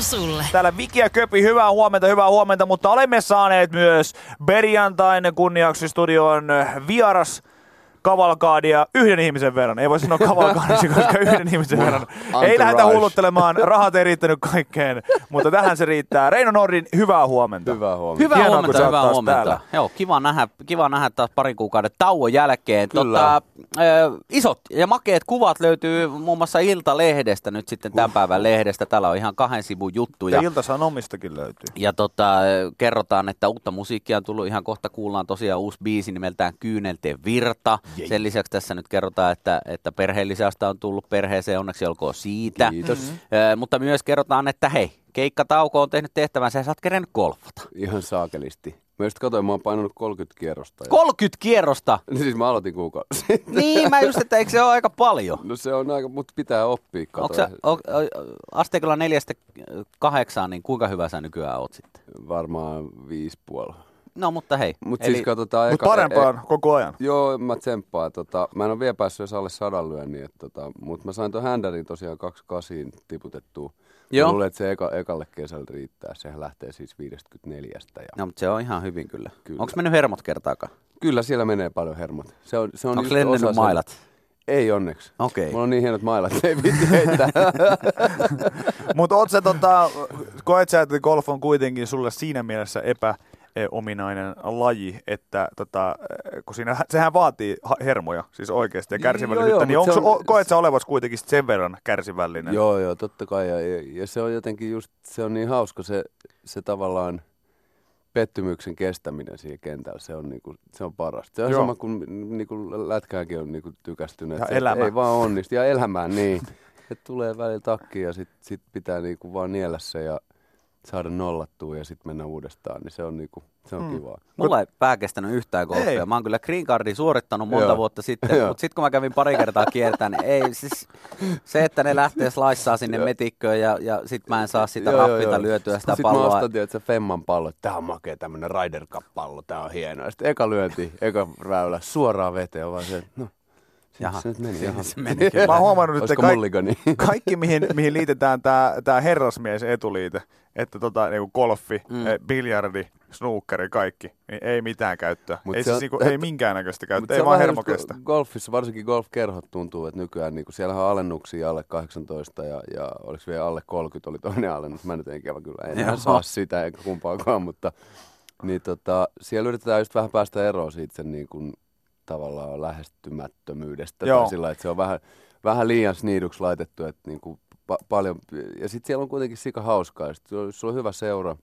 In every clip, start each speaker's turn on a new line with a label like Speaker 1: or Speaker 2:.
Speaker 1: sulle.
Speaker 2: Täällä Viki ja Köpi, hyvää huomenta, hyvää huomenta, mutta olemme saaneet myös perjantain kunniaksi studioon vieras kavalkaadia yhden ihmisen verran. Ei voi sanoa kavalkaadiksi, koska yhden ihmisen verran. Ei
Speaker 3: entourage.
Speaker 2: lähdetä hulluttelemaan, rahat ei riittänyt kaikkeen, mutta tähän se riittää. Reino Nordin, hyvää huomenta.
Speaker 3: Hyvää huomenta.
Speaker 4: Hyvää
Speaker 2: Hienoa, kun
Speaker 4: huomenta,
Speaker 2: sä oot
Speaker 4: hyvää
Speaker 2: taas
Speaker 4: huomenta.
Speaker 2: täällä.
Speaker 4: Joo, kiva nähdä, kiva nähdä taas parin kuukauden tauon jälkeen.
Speaker 3: Kyllä.
Speaker 4: Tota, ö, isot ja makeet kuvat löytyy muun muassa Ilta-lehdestä nyt sitten tämän päivän lehdestä. Täällä on ihan kahden sivun juttuja.
Speaker 2: Uh. Ja Ilta-Sanomistakin löytyy.
Speaker 4: Ja tota, kerrotaan, että uutta musiikkia on tullut ihan kohta. Kuullaan tosiaan uusi biisi nimeltään Kyynelten virta. Jei. Sen lisäksi tässä nyt kerrotaan, että, että perheellisästä on tullut perheeseen. Onneksi olkoon siitä. Mm-hmm.
Speaker 3: Kiitos.
Speaker 4: Ö, mutta myös kerrotaan, että hei, keikkatauko on tehnyt tehtävänsä ja sä oot kerennyt golfata.
Speaker 3: Ihan saakelisti. Mä just katsoin, mä oon painanut 30 kierrosta. Ja...
Speaker 4: 30 kierrosta!
Speaker 3: Niin siis mä aloitin kuukausi sitten.
Speaker 4: Niin, mä just, että eikö se ole aika paljon?
Speaker 3: No se on aika, mutta pitää oppia
Speaker 4: Onko
Speaker 3: katoa.
Speaker 4: sä, o, o, asteikolla neljästä ö, kahdeksaan, niin kuinka hyvä sä nykyään oot sitten?
Speaker 3: Varmaan viisi puoli.
Speaker 4: No mutta hei.
Speaker 3: Mutta siis katsotaan e-
Speaker 2: Mutta parempaan
Speaker 4: e-
Speaker 2: koko ajan.
Speaker 3: Joo, mä tsemppaan. Tota, mä en ole vielä päässyt edes alle sadan lyönnin, tota, mutta mä sain tuon händärin tosiaan 28 tiputettua.
Speaker 4: Joo.
Speaker 3: Mä luulen, että se eka, ekalle kesällä riittää. Sehän lähtee siis 54. Ja...
Speaker 4: No mutta se on ihan hyvin kyllä.
Speaker 3: Kyllä.
Speaker 4: Onko mennyt hermot kertaakaan?
Speaker 3: Kyllä siellä menee paljon hermot. Se on, se on
Speaker 4: Onko
Speaker 3: just
Speaker 4: lennellyt
Speaker 3: osa sen-
Speaker 4: mailat?
Speaker 3: Ei onneksi.
Speaker 4: Okei.
Speaker 3: Mulla on niin hienot mailat, että ei viitti heittää.
Speaker 2: Mutta oot sä tota, koet sä, että golf on kuitenkin sulle siinä mielessä epäominainen laji, että tota, kun siinä, sehän vaatii ha- hermoja, siis oikeasti ja kärsivällisyyttä,
Speaker 3: Joo, joo,
Speaker 2: niin
Speaker 3: mut
Speaker 2: onko,
Speaker 3: se on-
Speaker 2: on... koet sä olevasi kuitenkin sit sen verran kärsivällinen?
Speaker 3: Joo, joo, totta kai. Ja, ja, ja se on jotenkin just, se on niin hauska se, se tavallaan pettymyksen kestäminen siinä kentällä, se on, niinku, se on parasta. Se on
Speaker 2: Joo.
Speaker 3: joo. sama kuin niinku, lätkääkin on niinku, tykästynyt.
Speaker 2: Ja
Speaker 3: että se
Speaker 2: elämä.
Speaker 3: Ei vaan onnistu. Ja elämään, niin. Et tulee välillä takki ja sitten sit pitää niinku vaan niellä se ja saada nollattua ja sitten mennä uudestaan. Niin se on, niinku, se on mm. kivaa.
Speaker 4: Mulla ei pää kestänyt yhtään golfia.
Speaker 2: Ei.
Speaker 4: Mä oon kyllä green cardin suorittanut monta
Speaker 3: Joo.
Speaker 4: vuotta sitten,
Speaker 3: Joo.
Speaker 4: mutta sitten kun mä kävin pari kertaa kiertämään, niin ei siis se, että ne lähtee slaissaa sinne metikköön ja, ja sit mä en saa sitä
Speaker 3: Joo, joo,
Speaker 4: rappita
Speaker 3: joo.
Speaker 4: lyötyä sitä
Speaker 3: Sitten
Speaker 4: palloa.
Speaker 3: mä ostan, tiedätkö, Femman pallo. Tää on makea tämmönen Ryder Cup-pallo, tää on hienoa. Sitten eka lyönti, eka väylä, suoraan veteen, vaan se, että no,
Speaker 4: Jaha.
Speaker 3: jaha. se nyt meni. Jaha.
Speaker 4: Se meni kyllä.
Speaker 2: Mä oon huomannut, että
Speaker 3: Olisiko
Speaker 2: kaik-
Speaker 3: mulligani?
Speaker 2: kaikki, mihin, mihin liitetään tämä tää herrasmies etuliite, että tota, niinku golfi, mm. biljardi, snookeri, kaikki, niin ei mitään käyttöä.
Speaker 3: Mut
Speaker 2: ei,
Speaker 3: se
Speaker 2: siis
Speaker 3: on-
Speaker 2: niinku,
Speaker 3: et-
Speaker 2: ei minkäännäköistä
Speaker 3: Mut
Speaker 2: käyttöä,
Speaker 3: se
Speaker 2: ei
Speaker 3: on
Speaker 2: vaan
Speaker 3: vähän
Speaker 2: hermo
Speaker 3: just,
Speaker 2: kestä.
Speaker 3: kun Golfissa, varsinkin golfkerhot tuntuu, että nykyään niin siellähän on alennuksia alle 18 ja, ja oliko vielä alle 30 oli toinen alennus. Mä nyt en ikävä kyllä
Speaker 4: Joo.
Speaker 3: enää saa sitä eikä kumpaakaan, mutta niin tota, siellä yritetään just vähän päästä eroon siitä sen niin kuin, tavallaan lähestymättömyydestä.
Speaker 2: Joo.
Speaker 3: Tai sillä, lailla, että se on vähän, vähän liian sniiduksi laitettu, että niin kuin, pa- paljon. Ja sitten siellä on kuitenkin sika hauskaa. Sit sulla- Jos sulla on hyvä seura,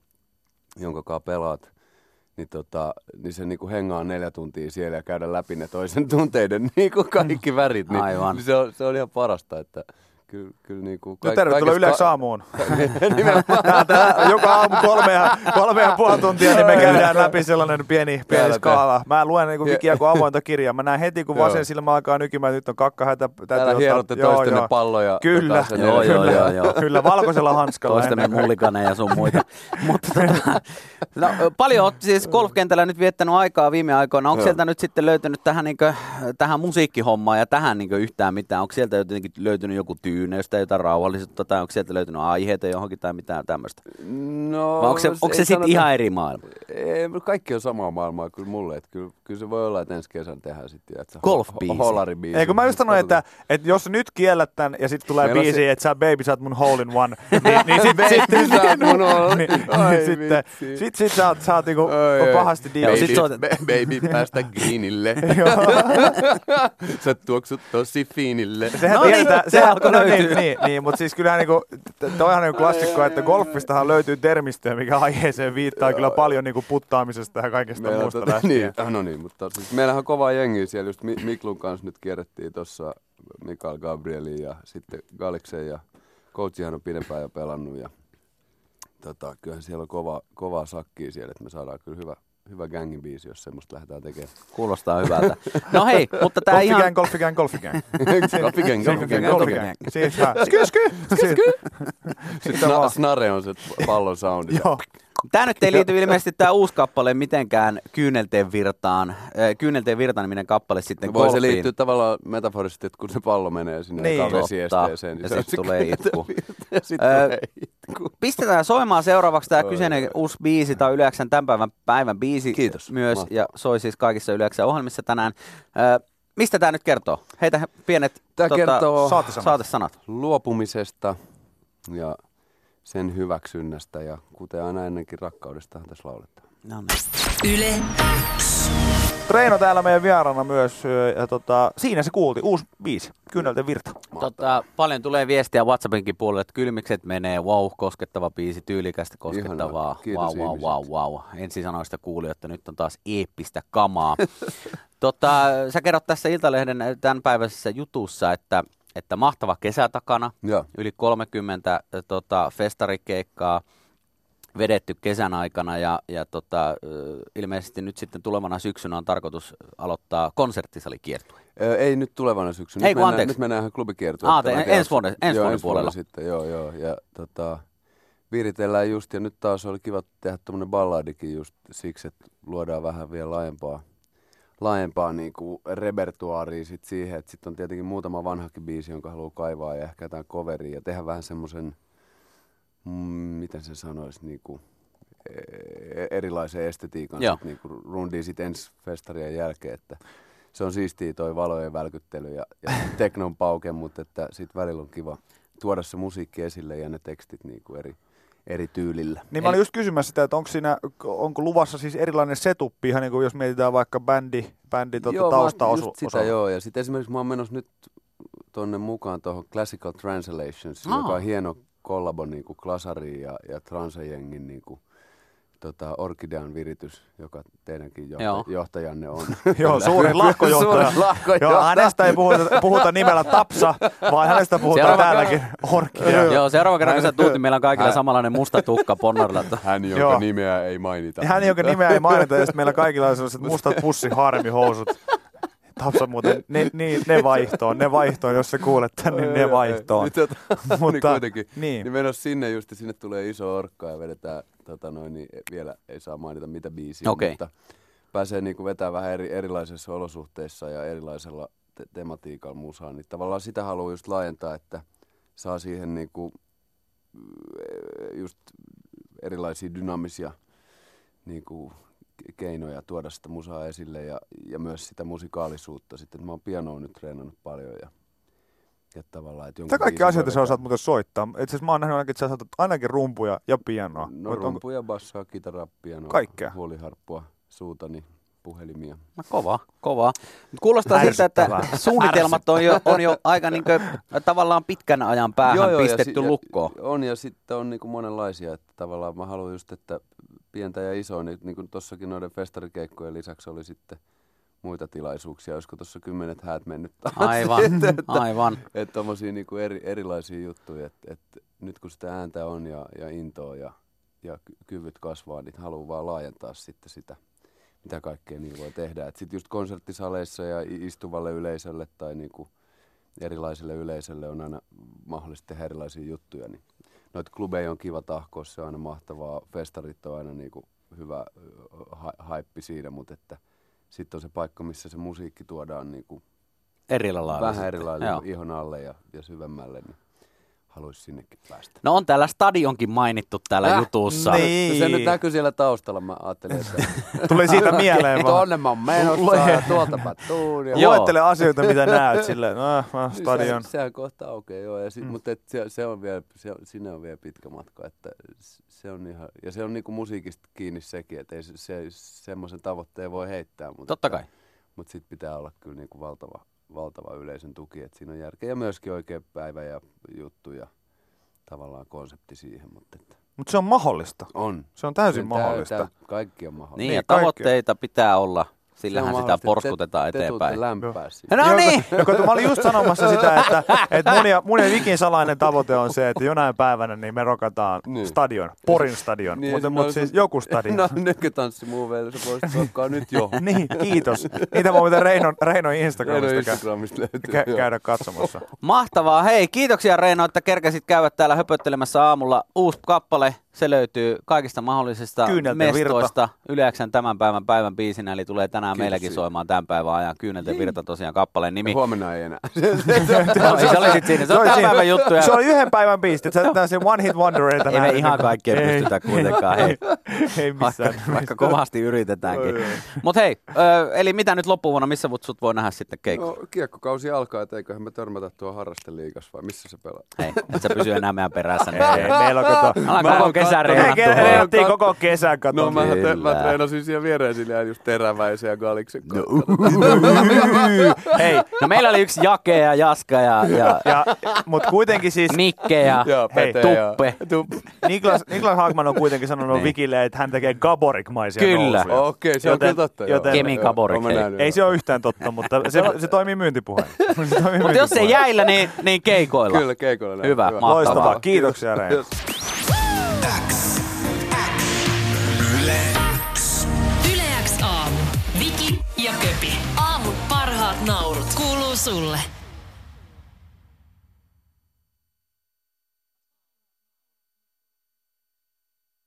Speaker 3: jonka kanssa pelaat, niin, tota, niin se niinku hengaa neljä tuntia siellä ja käydä läpi ne toisen tunteiden niinku kaikki värit. Niin,
Speaker 4: Aivan.
Speaker 3: Niin se, on, se on ihan parasta, että kyllä, kyllä niinku...
Speaker 2: No tervetuloa Yle Saamuun.
Speaker 3: Nimenomaan.
Speaker 2: Täältä joka aamu kolme ja, kolme ja puoli tuntia, niin me käydään läpi sellainen pieni, pieni
Speaker 3: Täällä
Speaker 2: skaala. Mä luen niin vikiä kuin avointa kirjaa. Mä näen heti, kun
Speaker 3: Joo.
Speaker 2: vasen silmä alkaa nykimään, että nyt on kakkahätä. täytyy
Speaker 3: Täällä
Speaker 2: ottaa-
Speaker 3: hierotte
Speaker 2: Tuota, Joo,
Speaker 3: toistenne
Speaker 2: joo.
Speaker 3: palloja.
Speaker 2: Kyllä.
Speaker 3: Jotain sen
Speaker 4: Joo, joo,
Speaker 3: edellä.
Speaker 4: joo, joo.
Speaker 2: Kyllä, valkoisella hanskalla.
Speaker 4: Toistemme
Speaker 2: ennen kaikkea.
Speaker 4: mullikane ja sun muita. Mutta tota, no, paljon olet siis golfkentällä nyt viettänyt aikaa viime aikoina. Onko
Speaker 3: Joo.
Speaker 4: sieltä nyt sitten löytynyt tähän, niinkö, tähän musiikkihommaan ja tähän niinkö yhtään mitään? Onko sieltä jotenkin löytynyt joku tyyneystä, jotain rauhallisuutta tai onko sieltä löytynyt aiheita johonkin tai mitään tämmöistä?
Speaker 3: No,
Speaker 4: Vai onko se, onko se
Speaker 3: ei
Speaker 4: sitten
Speaker 3: sanota-
Speaker 4: ihan eri maailma?
Speaker 3: Ei, mutta kaikki on samaa maailmaa kyllä mulle. Että kyllä, kyllä se voi olla, että ensi kesän tehdään sitten. tiedätkö, ho-
Speaker 4: Golf-biisi.
Speaker 3: ho- Holaribiisi.
Speaker 2: Ei, kun mä just sanoin, että,
Speaker 3: Katsotaan.
Speaker 2: että jos nyt kiellät tän ja sitten tulee
Speaker 3: Meillä on
Speaker 2: biisi,
Speaker 3: se-
Speaker 2: että sä baby, sä oot mun hole in one, niin, niin sitten sit,
Speaker 3: Baby, sä oot mun hole-
Speaker 2: niin,
Speaker 3: Ai,
Speaker 2: niin, sitten
Speaker 3: vitsi.
Speaker 2: sit, sit sä oot, sä oot niinku pahasti
Speaker 3: Baby,
Speaker 2: diilassa.
Speaker 4: Sit sä oot-
Speaker 3: ba- baby, päästä greenille. Sä tuoksut tosi fiinille.
Speaker 2: Sehän
Speaker 4: No niin,
Speaker 2: tietää,
Speaker 4: se
Speaker 2: sehän,
Speaker 4: alkoi
Speaker 2: no niin,
Speaker 4: löytyä.
Speaker 2: niin, niin, mutta siis kyllähän niinku, t- toi on niinku klassikko, että golfistahan löytyy termistöä, mikä aiheeseen viittaa kyllä paljon niinku puttaamisesta ja kaikesta
Speaker 3: Meillä on
Speaker 2: muusta
Speaker 3: tota-
Speaker 2: lähtien.
Speaker 3: niin, ah, no niin, mutta siis meillähän on kovaa jengiä siellä. Just Mi- Miklun kanssa nyt kierrettiin tuossa Mikael Gabrielin ja sitten Galiksen ja Koutsihan on pidempään jo pelannut. Ja, tota, kyllähän siellä on kova, kovaa sakkia siellä, että me saadaan kyllä hyvä, hyvä gängin biisi, jos semmoista lähdetään tekemään.
Speaker 4: Kuulostaa hyvältä. No hei, mutta tämä
Speaker 2: Golfikään,
Speaker 4: ihan...
Speaker 2: ihan... golfikään, golfikään. Siis
Speaker 3: Golfikään, golfikään,
Speaker 2: golfikään.
Speaker 3: golfikään.
Speaker 2: Siitä vaan. Sky, sky, sky,
Speaker 3: Sitten
Speaker 2: vaan.
Speaker 3: sna- snare on se pallon soundi.
Speaker 2: Joo.
Speaker 4: Tämä nyt ei liity ilmeisesti tämä uusi kappale mitenkään kyynelten virtaan. Äh, Kyynelten virtaan niminen kappale sitten
Speaker 3: Voi se
Speaker 4: golfiin.
Speaker 3: liittyä tavallaan metaforisesti, että kun se pallo menee sinne
Speaker 2: Niin.
Speaker 3: niin,
Speaker 4: Totta.
Speaker 3: vesiesteeseen,
Speaker 4: Ja
Speaker 3: se on
Speaker 4: sit
Speaker 3: se
Speaker 4: tulee
Speaker 3: kentän
Speaker 4: itku.
Speaker 3: virta, Ja sit
Speaker 4: Öö,
Speaker 3: tulee itku.
Speaker 4: Pistetään soimaan seuraavaksi tämä kyseinen uusi biisi, tai yleensä tämän päivän, päivän biisi
Speaker 3: Kiitos.
Speaker 4: myös,
Speaker 3: Mahtavaa.
Speaker 4: ja soi siis kaikissa yleensä ohjelmissa tänään. Ö, mistä tämä nyt kertoo? Heitä he- pienet tota,
Speaker 3: Tää kertoo-
Speaker 2: Saatesanat.
Speaker 4: saatesanat.
Speaker 3: luopumisesta ja sen hyväksynnästä ja kuten aina ennenkin rakkaudestahan tässä lauletaan.
Speaker 4: No niin.
Speaker 1: Yle
Speaker 2: Treino täällä meidän vieraana myös, ö, ja tota, siinä se kuulti, uusi biisi, Kyynelten virta.
Speaker 4: Tota, paljon tulee viestiä WhatsAppinkin puolelle, että kylmikset menee, wow, koskettava biisi, tyylikästä koskettavaa,
Speaker 3: Ihanaa. Kiitos
Speaker 4: wow, wow,
Speaker 3: ihmiset.
Speaker 4: wow, wow. Ensisanoista kuuli, että nyt on taas eeppistä kamaa. tota, sä kerrot tässä Iltalehden tämänpäiväisessä jutussa, että, että mahtava kesä takana,
Speaker 3: Joo.
Speaker 4: yli 30 ö, tota, festarikeikkaa vedetty kesän aikana ja, ja tota, ö, ilmeisesti nyt sitten tulevana syksynä on tarkoitus aloittaa konserttisalikiertue.
Speaker 3: Ö, Ei nyt tulevana syksynä. Nyt
Speaker 4: Ei, kun
Speaker 3: mennään,
Speaker 4: anteeksi.
Speaker 3: nyt mennään ihan klubikiertueelle.
Speaker 4: Aa, te-
Speaker 3: Tällä
Speaker 4: ensi
Speaker 3: kerralla.
Speaker 4: vuoden- ensi
Speaker 3: joo,
Speaker 4: vuoden
Speaker 3: ensi
Speaker 4: puolella.
Speaker 3: vuonna sitten, joo, joo. Ja tota, viritellään just, ja nyt taas oli kiva tehdä tuommoinen balladikin just siksi, että luodaan vähän vielä laajempaa, laajempaa niinku repertuaaria sit siihen, että sitten on tietenkin muutama vanhakin biisi, jonka haluaa kaivaa ja ehkä jotain coveria ja tehdä vähän semmoisen, mm, miten sen sanoisi, niinku, e- erilaisen estetiikan
Speaker 4: Joo.
Speaker 3: sit niinku rundiin sit ensi festarien jälkeen, että se on siistiä toi valojen välkyttely ja, ja teknon pauke, mutta että sit välillä on kiva tuoda se musiikki esille ja ne tekstit niinku eri, eri tyylillä.
Speaker 2: Niin mä olin just kysymässä sitä, että onko, siinä, onko luvassa siis erilainen setuppi, ihan niin kuin jos mietitään vaikka bändi, bändi tota,
Speaker 3: mä oon
Speaker 2: taustaosu.
Speaker 3: just sitä, joo. Ja sitten esimerkiksi mä oon menossa nyt tonne mukaan tuohon Classical Translations,
Speaker 4: Aa.
Speaker 3: Aa. joka on hieno kollabo niin kuin Klasari ja, ja Transajengin niin kuin, tota, Orkidean viritys, joka teidänkin johta,
Speaker 4: Joo.
Speaker 3: joo. johtajanne on.
Speaker 2: Joo, suuri lahkojohtaja.
Speaker 3: Suuri lahkojohtaja.
Speaker 2: Joo, hänestä ei puhuta, puhuta nimellä Tapsa, vaan hänestä puhutaan
Speaker 4: Seuraava
Speaker 2: täälläkin orkia.
Speaker 4: Joo, seuraava kerran kun sä tuut, niin meillä on kaikilla samanlainen musta tukka ponnorilla.
Speaker 3: Hän, jonka
Speaker 2: Joo.
Speaker 3: nimeä ei mainita.
Speaker 2: Hän, jonka nimeä ei mainita, ja sit meillä kaikilla on sellaiset mustat pussiharmihousut. Tapsa muuten, ne, ne, ne vaihtoon, ne vaihtoon, jos sä kuulet tän, niin ne vaihtoon.
Speaker 3: Niin, tota,
Speaker 2: Mutta-
Speaker 3: niin kuitenkin.
Speaker 2: niin.
Speaker 3: Niin. niin menossa sinne just, ja sinne tulee iso orkka ja vedetään, tota noin, niin vielä ei saa mainita mitä biisiä,
Speaker 4: Okei.
Speaker 3: mutta pääsee niinku vetämään vähän eri, erilaisissa olosuhteissa ja erilaisella te- tematiikalla musaa, niin tavallaan sitä haluaa just laajentaa, että saa siihen niinku mm, just erilaisia dynaamisia niinku ke- keinoja tuoda sitä musaa esille ja, ja myös sitä musikaalisuutta sitten. Mä oon pianoa nyt treenannut paljon ja, ja tavallaan, että
Speaker 2: Mitä
Speaker 3: jonkun
Speaker 2: kaikki
Speaker 3: biisin
Speaker 2: asioita
Speaker 3: voi
Speaker 2: sä
Speaker 3: vetää-
Speaker 2: osaat muuten soittaa? Itse asiassa mä oon nähnyt ainakin, että sä osaat ainakin rumpuja ja pianoa.
Speaker 3: No
Speaker 2: Mut onko-
Speaker 3: rumpuja, bassoa, kitaraa, pianoa,
Speaker 2: Kaikkea.
Speaker 3: no, huoliharppua, suutani, puhelimia.
Speaker 4: No, kova, kova. Mut kuulostaa siltä, että
Speaker 2: Ärsyttävää.
Speaker 4: suunnitelmat on jo, on jo aika niinkö, tavallaan pitkän ajan päähän joo, joo,
Speaker 3: ja
Speaker 4: pistetty
Speaker 3: si- ja-
Speaker 4: lukkoon.
Speaker 3: On ja sitten on niinku monenlaisia, että tavallaan mä haluan just, että pientä ja isoa, niin, niin kuin tossakin noiden festarikeikkojen lisäksi oli sitten muita tilaisuuksia, olisiko tuossa kymmenet häät mennyt taas.
Speaker 4: Aivan,
Speaker 3: että, No että,
Speaker 4: aivan.
Speaker 3: että tommosia niinku eri, erilaisia juttuja, että, että nyt kun sitä ääntä on ja, ja intoa ja, ja ky- kyvyt kasvaa, niin haluaa vaan laajentaa sitten sitä, mitä kaikkea niin voi tehdä. Et sitten just konserttisaleissa ja i- istuvalle yleisölle tai niinku erilaiselle yleisölle on aina mahdollista tehdä erilaisia juttuja. Niin noita klubeja on kiva tahkoa, se on aina mahtavaa. Festarit on aina niinku hyvä ö, ha- haippi siinä, mutta että sitten on se paikka, missä se musiikki tuodaan niinku
Speaker 4: Erillä lailla.
Speaker 3: vähän
Speaker 4: sitten.
Speaker 3: eri lailla
Speaker 4: Joo.
Speaker 3: niin ihon alle ja, ja syvemmälle, niin haluaisi sinnekin päästä.
Speaker 4: No on täällä stadionkin mainittu täällä
Speaker 3: Äh,
Speaker 4: jutussa.
Speaker 2: niin.
Speaker 3: No Se nyt näkyy siellä taustalla, mä ajattelin, että Niin,
Speaker 2: Tuli siitä mieleen vaan.
Speaker 3: tonne mä oon menossa ja tuolta mä tuun. Ja...
Speaker 4: Joo.
Speaker 2: Luettele asioita, mitä näet sille. No, mä
Speaker 3: Niin,
Speaker 2: stadion.
Speaker 3: Se, sehän kohta aukeaa, joo. Ja sit, mm. Mutta et, se, se, on vielä, se, sinne on vielä pitkä matka. Että s- se on ihan, ja se on niinku musiikista kiinni sekin, että ei se, se, semmoisen tavoitteen voi heittää. Mutta
Speaker 4: Totta kai.
Speaker 3: Mutta sitten pitää olla kyllä niinku valtava, valtava yleisön tuki, että siinä on järkeä ja myöskin oikea päivä ja juttu ja tavallaan konsepti siihen. Mutta että
Speaker 2: Mutta se on mahdollista.
Speaker 3: on.
Speaker 2: Se on täysin
Speaker 3: Tää-
Speaker 2: mahdollista.
Speaker 3: tää- kaikki on mahdollista.
Speaker 4: Niin,
Speaker 2: Niin,
Speaker 4: ja
Speaker 2: kaikki.
Speaker 4: tavoitteita pitää olla. Sillähän
Speaker 3: Se on
Speaker 4: sitä
Speaker 3: mahdollista.
Speaker 4: porskutetaan
Speaker 3: te, Te
Speaker 4: eteenpäin.
Speaker 3: tuutte lämpää siitä.
Speaker 4: No niin!
Speaker 2: Joka, joka, mä olin just sanomassa sitä, että, että mun, ja, mun ja Vikin salainen tavoite on se, että jonain päivänä niin me rokataan
Speaker 3: Niin.
Speaker 2: stadion, Porin stadion, niin,
Speaker 4: no
Speaker 2: mutta, mutta siis joku stadion.
Speaker 3: No nykytanssimuoveilla se voisi rokkaa nyt jo.
Speaker 2: Niin, kiitos. Niitä voi muuten Reinon, Reinon Instagramista
Speaker 3: Reino
Speaker 2: Instagram.
Speaker 3: Instagramista löytyy.
Speaker 2: kä-
Speaker 3: joo.
Speaker 2: käydä katsomassa.
Speaker 4: Mahtavaa. Hei, kiitoksia Reino, että kerkesit käydä täällä höpöttelemässä aamulla. Uusi kappale Se löytyy kaikista mahdollisista
Speaker 2: Kyynelten
Speaker 4: mestoista. Yleksän tämän päivän päivän biisinä, eli tulee tänään
Speaker 3: Kiitos
Speaker 4: meilläkin
Speaker 3: siitä.
Speaker 4: soimaan tämän päivän ajan. Kyynelten virta tosiaan kappaleen nimi.
Speaker 3: Huomenna ei enää.
Speaker 4: Ei, se oli sit siinä. Se on
Speaker 2: oli
Speaker 4: tämän
Speaker 2: siinä.
Speaker 4: päivän juttu. ja-
Speaker 2: Se oli yhden päivän biisti, että sä sen One Hit Wondereita
Speaker 4: Ei me
Speaker 2: nähdä.
Speaker 4: ihan kaikkea
Speaker 2: Ei.
Speaker 4: pystytä kuitenkaan, hei.
Speaker 2: Ei, ei missään.
Speaker 4: Vaikka, vaikka kovasti yritetäänkin.
Speaker 2: Joo, joo.
Speaker 4: Mutta hei, ö, eli mitä nyt loppuvuonna, missä mut sut voi nähdä sitten keikalla?
Speaker 3: No, kiekkokausi alkaa, et eiköhän me törmätä tuohon harrasteliikas vai missä se pelaa?
Speaker 4: Hei, et sä pysy enää meidän perässä. Niin.
Speaker 2: Ei, meillä on kato.
Speaker 4: Alkaa koko kesä
Speaker 2: Me
Speaker 4: reenattua.
Speaker 3: kerran-
Speaker 2: kerrottiin koko kesän, kato.
Speaker 3: No mä, te,
Speaker 4: Kyllä.
Speaker 3: mä treenasin siellä viereen sillä just teräväisen ja galiksen no.
Speaker 2: Hei,
Speaker 4: No meillä oli yksi Jake ja Jaska ja, ja
Speaker 2: ja, mut kuitenkin
Speaker 4: Niin.
Speaker 2: siis
Speaker 4: Mikke ja
Speaker 3: Joo,
Speaker 2: Hei,
Speaker 3: Pete
Speaker 4: Tuppe.
Speaker 3: Ja, tuppe.
Speaker 2: Niklas, Niklas Hagman on kuitenkin sanonut
Speaker 4: Niin.
Speaker 2: Vikille, että hän tekee gaborikmaisia
Speaker 4: Kyllä.
Speaker 2: nousuja.
Speaker 3: Okei, se on
Speaker 2: Joten-
Speaker 3: kyllä totta. joo.
Speaker 2: joten-
Speaker 4: Kemin kabori.
Speaker 3: Oon mä nähnyt,
Speaker 2: Ei
Speaker 3: joo.
Speaker 2: se ole yhtään totta, mutta se, se toimii myyntipuheena. Se toimii
Speaker 4: Mutta No. jos ei
Speaker 2: myyntipuheena.
Speaker 4: jäillä, niin, niin keikoilla.
Speaker 3: Kyllä, keikolla näin.
Speaker 4: Hyvä, mahtavaa.
Speaker 2: Loistavaa, kiitoksia Reino.
Speaker 1: Yleäks aamu. Viki ja Köpi. Aamun parhaat naurut. Kuuluu sulle.